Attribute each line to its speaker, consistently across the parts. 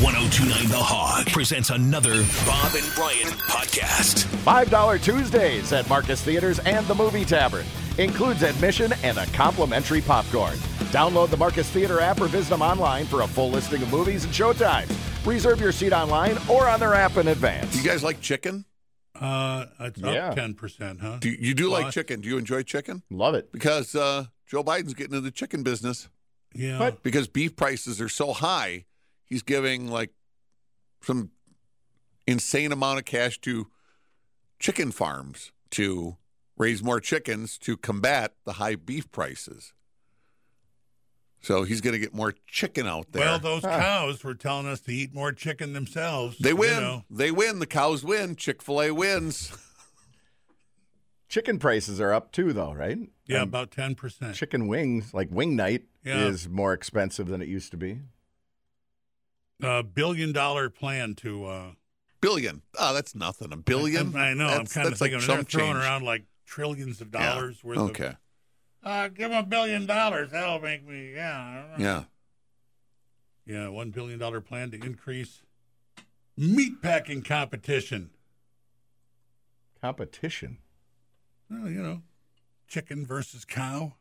Speaker 1: 1029 The Hog presents another Bob and Brian podcast.
Speaker 2: $5 Tuesdays at Marcus Theaters and the Movie Tavern. Includes admission and a complimentary popcorn. Download the Marcus Theater app or visit them online for a full listing of movies and showtimes. Reserve your seat online or on their app in advance.
Speaker 3: Do you guys like chicken?
Speaker 4: Uh, it's
Speaker 2: Yeah.
Speaker 4: up ten percent, huh?
Speaker 3: Do you, you do like
Speaker 4: Lot.
Speaker 3: chicken? Do you enjoy chicken?
Speaker 2: Love it.
Speaker 3: Because uh, Joe Biden's getting into the chicken business
Speaker 4: yeah.
Speaker 2: But-
Speaker 3: because beef prices are so high. He's giving like some insane amount of cash to chicken farms to raise more chickens to combat the high beef prices. So he's going to get more chicken out there.
Speaker 4: well, those cows were telling us to eat more chicken themselves.
Speaker 3: they
Speaker 4: you
Speaker 3: win.
Speaker 4: know.
Speaker 3: They win. The cows win. Chick fil A wins.
Speaker 2: Chicken prices are up too, though, right?
Speaker 4: Yeah,
Speaker 2: Um,
Speaker 4: about ten percent.
Speaker 2: chicken wings, like wing night,
Speaker 4: Yeah.
Speaker 2: is more expensive than it used to be.
Speaker 4: A billion dollar plan to. Uh,
Speaker 3: Billion. Oh, that's nothing. A billion?
Speaker 4: I, I know. I'm
Speaker 3: That's-
Speaker 4: kind of
Speaker 3: that's like
Speaker 4: thinking they're
Speaker 3: some
Speaker 4: throwing
Speaker 3: change.
Speaker 4: around like trillions of
Speaker 3: Yeah.
Speaker 4: dollars worth.
Speaker 3: Okay.
Speaker 4: Of, uh, give them a billion dollars. That'll make me. Yeah. I don't know.
Speaker 3: Yeah.
Speaker 4: Yeah. One billion dollar plan to increase meat packing competition.
Speaker 2: Competition.
Speaker 4: Well, you know, chicken versus cow,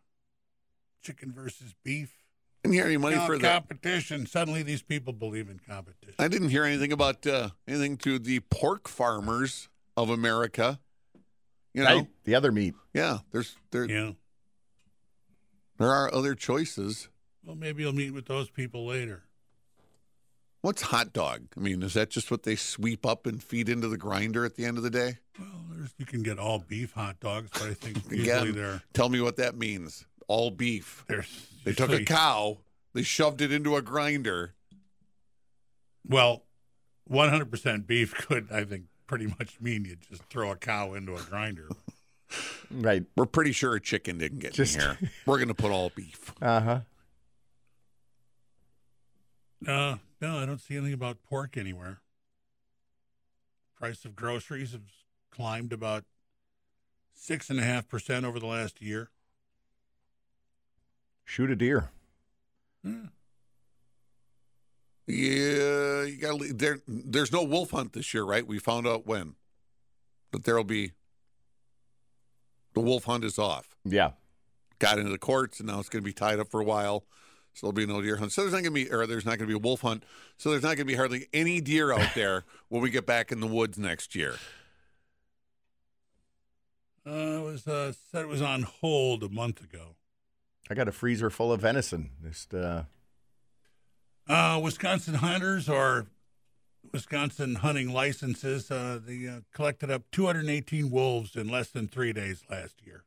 Speaker 4: chicken versus beef.
Speaker 3: Didn't hear any money
Speaker 4: Now
Speaker 3: for that.
Speaker 4: competition. Suddenly, these people believe in competition.
Speaker 3: I didn't hear anything about uh, anything to the pork farmers of America. You know,
Speaker 2: Right? The other meat.
Speaker 3: yeah. There's there
Speaker 4: yeah.
Speaker 3: there are other choices.
Speaker 4: Well, maybe you'll meet with those people later.
Speaker 3: What's hot dog? I mean, is that just what they sweep up and feed into the grinder at the end of the day?
Speaker 4: Well, there's, you can get all beef hot dogs, but I think usually
Speaker 3: Again,
Speaker 4: they're
Speaker 3: tell me what that means. All beef.
Speaker 4: they're
Speaker 3: They took a
Speaker 4: usually-
Speaker 3: cow, they shoved it into a grinder.
Speaker 4: well, 100% beef could I think pretty much mean you just throw a cow into a grinder.
Speaker 2: Right.
Speaker 3: We're pretty sure a chicken didn't get
Speaker 2: Just-
Speaker 3: in here. We're gonna put all beef.
Speaker 2: Uh huh.
Speaker 4: Uh, no, I don't see anything about pork anywhere. Price of groceries has climbed about six and a half percent over the last year.
Speaker 2: Shoot a deer.
Speaker 4: Yeah.
Speaker 3: Yeah, you gotta leave. there. There's no wolf hunt this year, right? We found out when, but there'll be. The wolf hunt is off.
Speaker 2: Yeah.
Speaker 3: Got into the courts, and now it's going to be tied up for a while. So there'll be no deer hunt. So there's not going to be, or there's not going to be a wolf hunt. So there's not going to be hardly any deer out there when we get back in the woods next year.
Speaker 4: Uh, it was uh, said it was on hold a month ago.
Speaker 2: I got a freezer full of venison. Just uh,
Speaker 4: Uh, Wisconsin hunters or Wisconsin hunting licenses, uh, they uh, collected up 218 wolves in less than three days last year.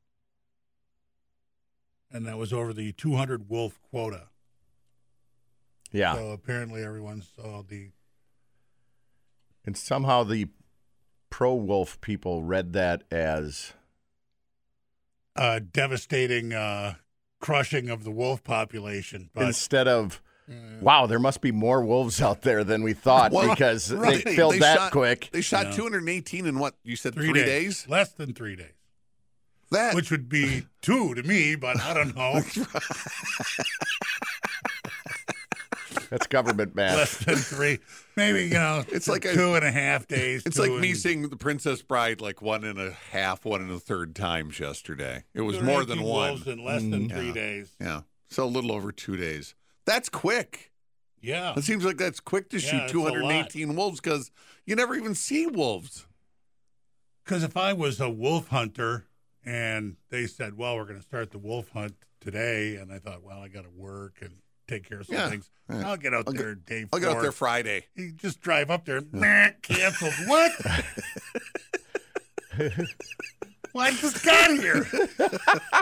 Speaker 4: And that was over the 200 wolf quota.
Speaker 2: yeah.
Speaker 4: So apparently everyone saw the.
Speaker 2: And somehow the pro wolf people read that as
Speaker 4: uh, devastating uh, crushing of the wolf population. But
Speaker 2: instead of, wow, there must be more wolves out there than we thought
Speaker 3: Mm. Well,
Speaker 2: because
Speaker 3: right,
Speaker 2: they filled that
Speaker 3: shot-
Speaker 2: quick.
Speaker 3: They shot
Speaker 4: Yeah.
Speaker 3: 218 in what you said three, days.
Speaker 4: less than three days,
Speaker 3: That
Speaker 4: which would be two to me, but I don't know.
Speaker 2: That's government math.
Speaker 4: less than three, maybe you know,
Speaker 3: It's like a-
Speaker 4: two and a half days.
Speaker 3: It's
Speaker 4: two
Speaker 3: like me
Speaker 4: and-
Speaker 3: seeing the Princess Bride like one and a half, one and a third times yesterday. It was
Speaker 4: There are
Speaker 3: more than
Speaker 4: 18
Speaker 3: one.
Speaker 4: wolves in less than
Speaker 2: Mm.
Speaker 4: three
Speaker 3: Yeah.
Speaker 4: days.
Speaker 3: Yeah. So a little over two days. That's quick.
Speaker 4: Yeah,
Speaker 3: It seems like that's quick to
Speaker 4: Yeah,
Speaker 3: shoot
Speaker 4: it's a
Speaker 3: 218 wolves because you never even see wolves.
Speaker 4: because if I was a wolf hunter and they said, "Well, we're going to start the wolf hunt today," and I thought, "Well, I got to work and take care of some
Speaker 3: Yeah,
Speaker 4: things,"
Speaker 3: yeah.
Speaker 4: I'll get out
Speaker 3: I'll get-
Speaker 4: there day
Speaker 3: I'll get out
Speaker 4: four.
Speaker 3: there Friday.
Speaker 4: You just drive up there, meh, canceled. What? well, I just got here.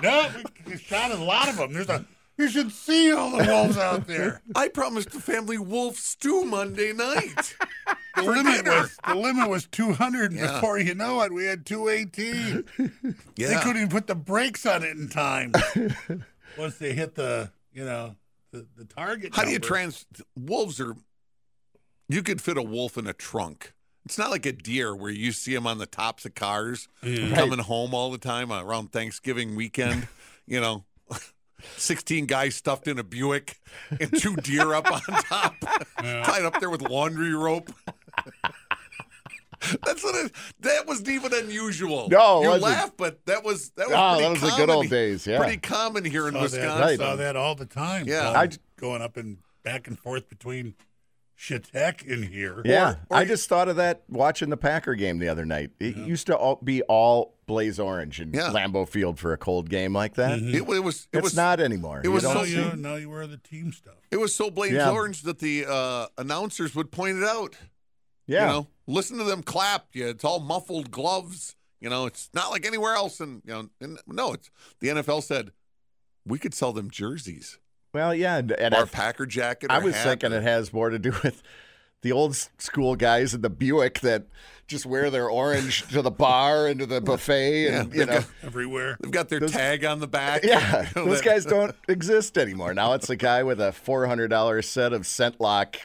Speaker 4: no, we we shot a lot of them. There's a. You should see all the wolves out there.
Speaker 3: I promised the family wolf stew Monday night.
Speaker 4: The limit was the limit was 200. and
Speaker 3: Yeah.
Speaker 4: Before you know it, we had 218. They couldn't even put the brakes on it in time. Once they hit the, you know, the, the target.
Speaker 3: How do you
Speaker 4: number.
Speaker 3: trans wolves are you could fit a wolf in a trunk. It's not like a deer where you see them on the tops of cars
Speaker 4: Yeah.
Speaker 3: coming home all the time around Thanksgiving weekend, you know. 16 guys stuffed in a Buick and two deer up on top, tied up there with laundry rope. That's what it, that wasn't even unusual.
Speaker 2: No, it
Speaker 3: you
Speaker 2: wasn't.
Speaker 3: laugh, but that was that was
Speaker 2: Ah,
Speaker 3: pretty
Speaker 2: that was the
Speaker 3: common,
Speaker 2: good old days, yeah.
Speaker 3: pretty common here in
Speaker 4: saw that,
Speaker 3: Wisconsin.
Speaker 4: saw that all the time.
Speaker 3: Yeah.
Speaker 4: Paul,
Speaker 2: I j-
Speaker 4: going up and back and forth between Shatek in here.
Speaker 2: Yeah,
Speaker 3: or
Speaker 2: I
Speaker 3: you-
Speaker 2: just thought of that watching the Packer game the other night. It used to all, be all blaze orange in
Speaker 3: Yeah.
Speaker 2: Lambeau Field for a cold game like that.
Speaker 3: It, it was it
Speaker 2: It's
Speaker 3: was
Speaker 2: not anymore.
Speaker 3: it
Speaker 2: You
Speaker 3: was
Speaker 2: don't
Speaker 4: Now
Speaker 3: so-
Speaker 2: see-
Speaker 4: you, now you wear the team stuff.
Speaker 3: it was so blamed
Speaker 2: Yeah.
Speaker 3: orange that the uh, announcers would point it out.
Speaker 2: yeah,
Speaker 3: You know, listen to them clap. Yeah, it's all muffled gloves. You know, it's not like anywhere else. And you know, and no, it's the NFL said we could sell them jerseys
Speaker 2: well, yeah, and, and
Speaker 3: or
Speaker 2: I,
Speaker 3: a Packer jacket.
Speaker 2: I
Speaker 3: or a
Speaker 2: was
Speaker 3: hat.
Speaker 2: thinking it has more to do with the old s- school guys in the Buick that just wear their orange to the bar and to the buffet, and
Speaker 3: Yeah,
Speaker 2: you
Speaker 3: they've
Speaker 2: know,
Speaker 3: got-
Speaker 4: Everywhere.
Speaker 3: they've got their
Speaker 2: Those-
Speaker 3: tag on the back.
Speaker 2: yeah,
Speaker 3: You know,
Speaker 2: those
Speaker 3: that-
Speaker 2: guys don't exist anymore. Now it's a guy with a four hundred dollar set of Scentlock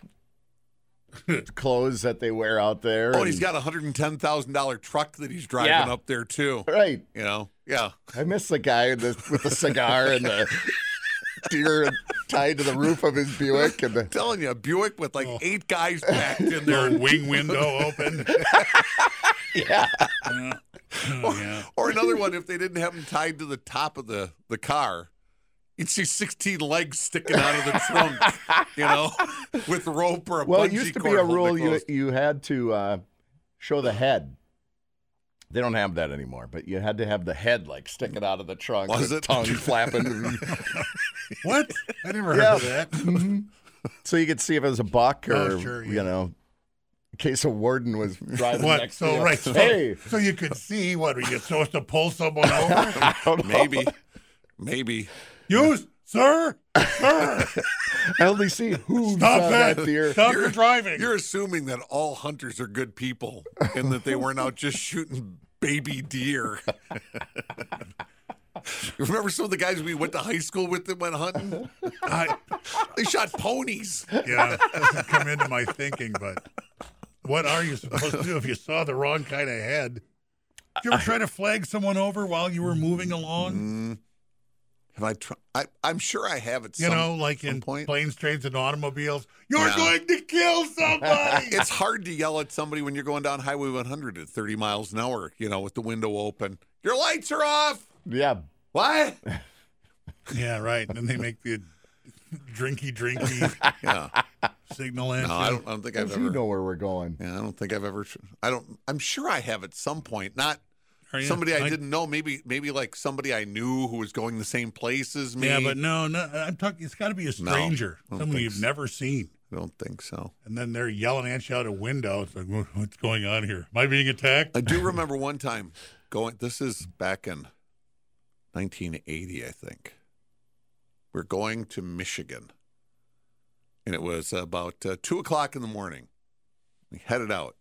Speaker 2: clothes that they wear out there.
Speaker 3: Oh, and he's
Speaker 2: and-
Speaker 3: got a hundred and ten thousand dollar truck that he's driving
Speaker 2: Yeah.
Speaker 3: up there too.
Speaker 2: right.
Speaker 3: You know, yeah.
Speaker 2: I miss the guy in the, with the cigar and the deer tied to the roof of his Buick and the
Speaker 3: telling you, a Buick with like
Speaker 2: Oh.
Speaker 3: eight guys packed in
Speaker 4: Their
Speaker 3: there,
Speaker 4: wing window open.
Speaker 2: yeah.
Speaker 4: Yeah. Oh, yeah.
Speaker 3: or another one if they didn't have them tied to the top of the the car. You'd see 16 legs sticking out of the trunk, you know, with rope or a
Speaker 2: Well,
Speaker 3: bungee
Speaker 2: it used to be
Speaker 3: cord
Speaker 2: a
Speaker 3: holding
Speaker 2: rule
Speaker 3: it
Speaker 2: you
Speaker 3: closed.
Speaker 2: you had to uh, show the head. They don't have that anymore, but you had to have the head like sticking out of the trunk,
Speaker 3: Was
Speaker 2: with
Speaker 3: it?
Speaker 2: tongue flapping,
Speaker 4: What? I never heard of
Speaker 2: Yeah.
Speaker 4: that.
Speaker 2: so you could see if it was a buck or
Speaker 4: Oh, sure, yeah.
Speaker 2: you know, in case a warden was driving
Speaker 4: What?
Speaker 2: next
Speaker 4: So,
Speaker 2: to you.
Speaker 4: right. So,
Speaker 2: Hey,
Speaker 4: so you could see what? Were you supposed to pull someone over?
Speaker 3: Maybe, maybe.
Speaker 4: Use, sir.
Speaker 2: I only see who
Speaker 4: Stop
Speaker 2: that
Speaker 4: that.
Speaker 2: deer.
Speaker 4: Stop your driving.
Speaker 3: You're assuming that all hunters are good people and that they weren't out just shooting baby deer. You Remember some of the guys we went to high school with that went hunting?
Speaker 4: I,
Speaker 3: They shot ponies.
Speaker 4: yeah, it doesn't come into my thinking, but what are you supposed to do if you saw the wrong kind of head? Did you ever try to flag someone over while you were moving along?
Speaker 3: Mm, Have I tried? I'm sure I have at
Speaker 4: You
Speaker 3: some
Speaker 4: know, like
Speaker 3: some
Speaker 4: in
Speaker 3: point.
Speaker 4: planes, trains, and automobiles. You're
Speaker 3: Yeah.
Speaker 4: going to kill somebody.
Speaker 3: it's hard to yell at somebody when you're going down Highway 100 at 30 miles an hour, you know, with the window open. Your lights are off.
Speaker 2: Yeah,
Speaker 3: What?
Speaker 4: yeah, right. And then they make the drinky drinky
Speaker 3: Yeah.
Speaker 4: signal in.
Speaker 3: No, I don't, I don't think I've
Speaker 2: because you
Speaker 3: ever.
Speaker 2: know where we're going.
Speaker 3: yeah, I don't think I've ever. I don't. I'm sure I have at some point. Not
Speaker 4: Are you-
Speaker 3: somebody I
Speaker 4: like-
Speaker 3: didn't know. Maybe maybe like somebody I knew who was going the same place as me.
Speaker 4: Yeah, but no, no. I'm talking. It's got to be a stranger,
Speaker 3: I don't
Speaker 4: someone
Speaker 3: think
Speaker 4: you've
Speaker 3: so.
Speaker 4: never seen.
Speaker 3: I don't think so.
Speaker 4: And then they're yelling at you out a window. It's like, "What- what's going on here? Am I being attacked?
Speaker 3: I do remember one time going. This is back in 1980, I think. We're going to Michigan, and it was about uh, two o'clock in the morning. We headed out.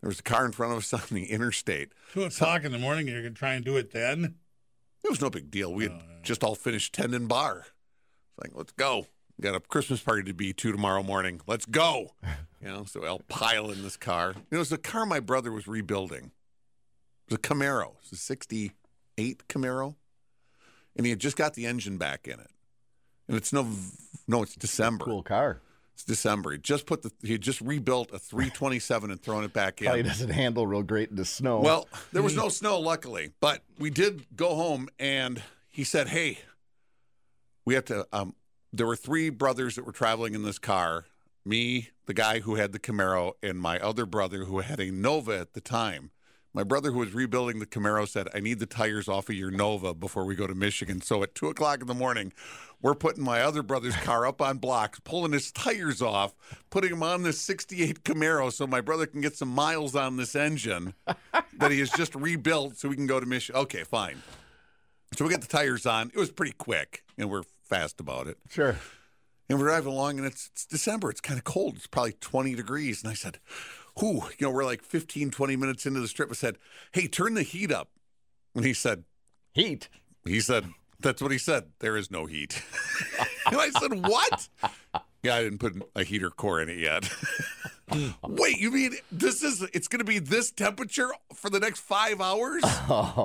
Speaker 3: There was a car in front of us on the interstate.
Speaker 4: Two o'clock in the morning. You're gonna try and do it then?
Speaker 3: It was no big deal. We had
Speaker 2: Oh,
Speaker 3: just all finished tendon bar. It's like, let's go. We got a Christmas party to be to tomorrow morning. Let's go. You know, so I'll pile in this car. You know, it was a car my brother was rebuilding. It was a Camaro. It was a 68 Camaro. And he had just got the engine back in it. And it's no, no, it's December.
Speaker 2: Cool car.
Speaker 3: It's December. He just put the, he had just rebuilt a 327 and thrown it back in.
Speaker 2: Probably doesn't handle real great in the snow.
Speaker 3: Well, there was no snow, luckily, but we did go home, and he said, "Hey, we have to." Um, there were three brothers that were traveling in this car: me, the guy who had the Camaro, and my other brother who had a Nova at the time. My brother, who was rebuilding the Camaro, said, "I need the tires off of your Nova before we go to Michigan." So at two o'clock in the morning, we're putting my other brother's car up on blocks, pulling his tires off, putting him on this '68 Camaro, so my brother can get some miles on this engine that he has just rebuilt so we can go to Michigan. Okay, fine. So we got the tires on. It was pretty quick, and we're fast about it.
Speaker 2: sure.
Speaker 3: And we're driving along, and it's, it's December. It's kind of cold. It's probably 20 degrees. And I said, Whew, you know, we're like 15, 20 minutes into the strip. I said, Hey, turn the heat up. And he said,
Speaker 2: Heat.
Speaker 3: he said, that's what he said. There is no heat. and I said, what? Yeah, I didn't put a heater core in it yet. Wait, you mean this is, it's going to be this temperature
Speaker 2: Oh,
Speaker 3: for the next five hours?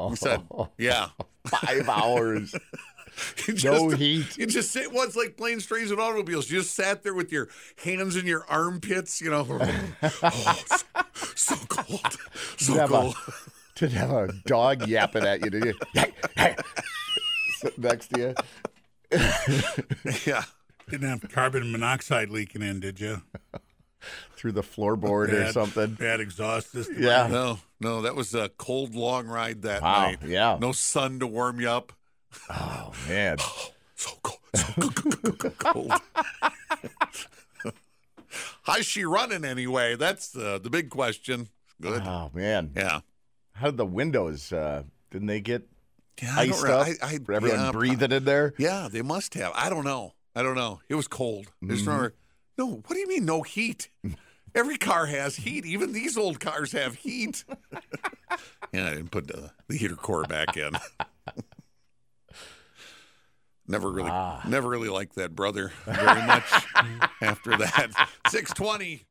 Speaker 3: He said, yeah.
Speaker 2: Five hours.
Speaker 3: You just,
Speaker 2: No heat.
Speaker 3: You just sit once like playing Strays and Automobiles. You just sat there with your hands in your armpits, you know. oh, so, so cold. So
Speaker 2: Never.
Speaker 3: cold.
Speaker 2: to have a dog yapping at you, did you? Hey, hey. Sitting next to you.
Speaker 3: Yeah.
Speaker 4: Didn't have carbon monoxide leaking in, did you?
Speaker 2: Through the floorboard or
Speaker 4: Bad-
Speaker 2: something.
Speaker 4: Bad exhaust system.
Speaker 2: Yeah.
Speaker 3: No, no, that was a cold, long ride that
Speaker 2: Wow,
Speaker 3: night.
Speaker 2: yeah.
Speaker 3: No sun to warm you up.
Speaker 2: Oh man.
Speaker 3: So cold. So cold, cold, cold, cold. How's she running anyway? That's the the big question. Good.
Speaker 2: Oh man.
Speaker 3: Yeah.
Speaker 2: How did the windows uh didn't they get
Speaker 3: Yeah. I don't
Speaker 2: iced
Speaker 3: re-
Speaker 2: up
Speaker 3: I- I-
Speaker 2: for everyone
Speaker 3: yeah,
Speaker 2: breathing in there?
Speaker 3: Yeah, they must have. I don't know. I don't know. It was cold. I just remember, no, what do you mean no heat? Every car has heat. Even these old cars have heat. yeah, I didn't put the, the heater core back in. never really, never really liked that brother very much after that. 620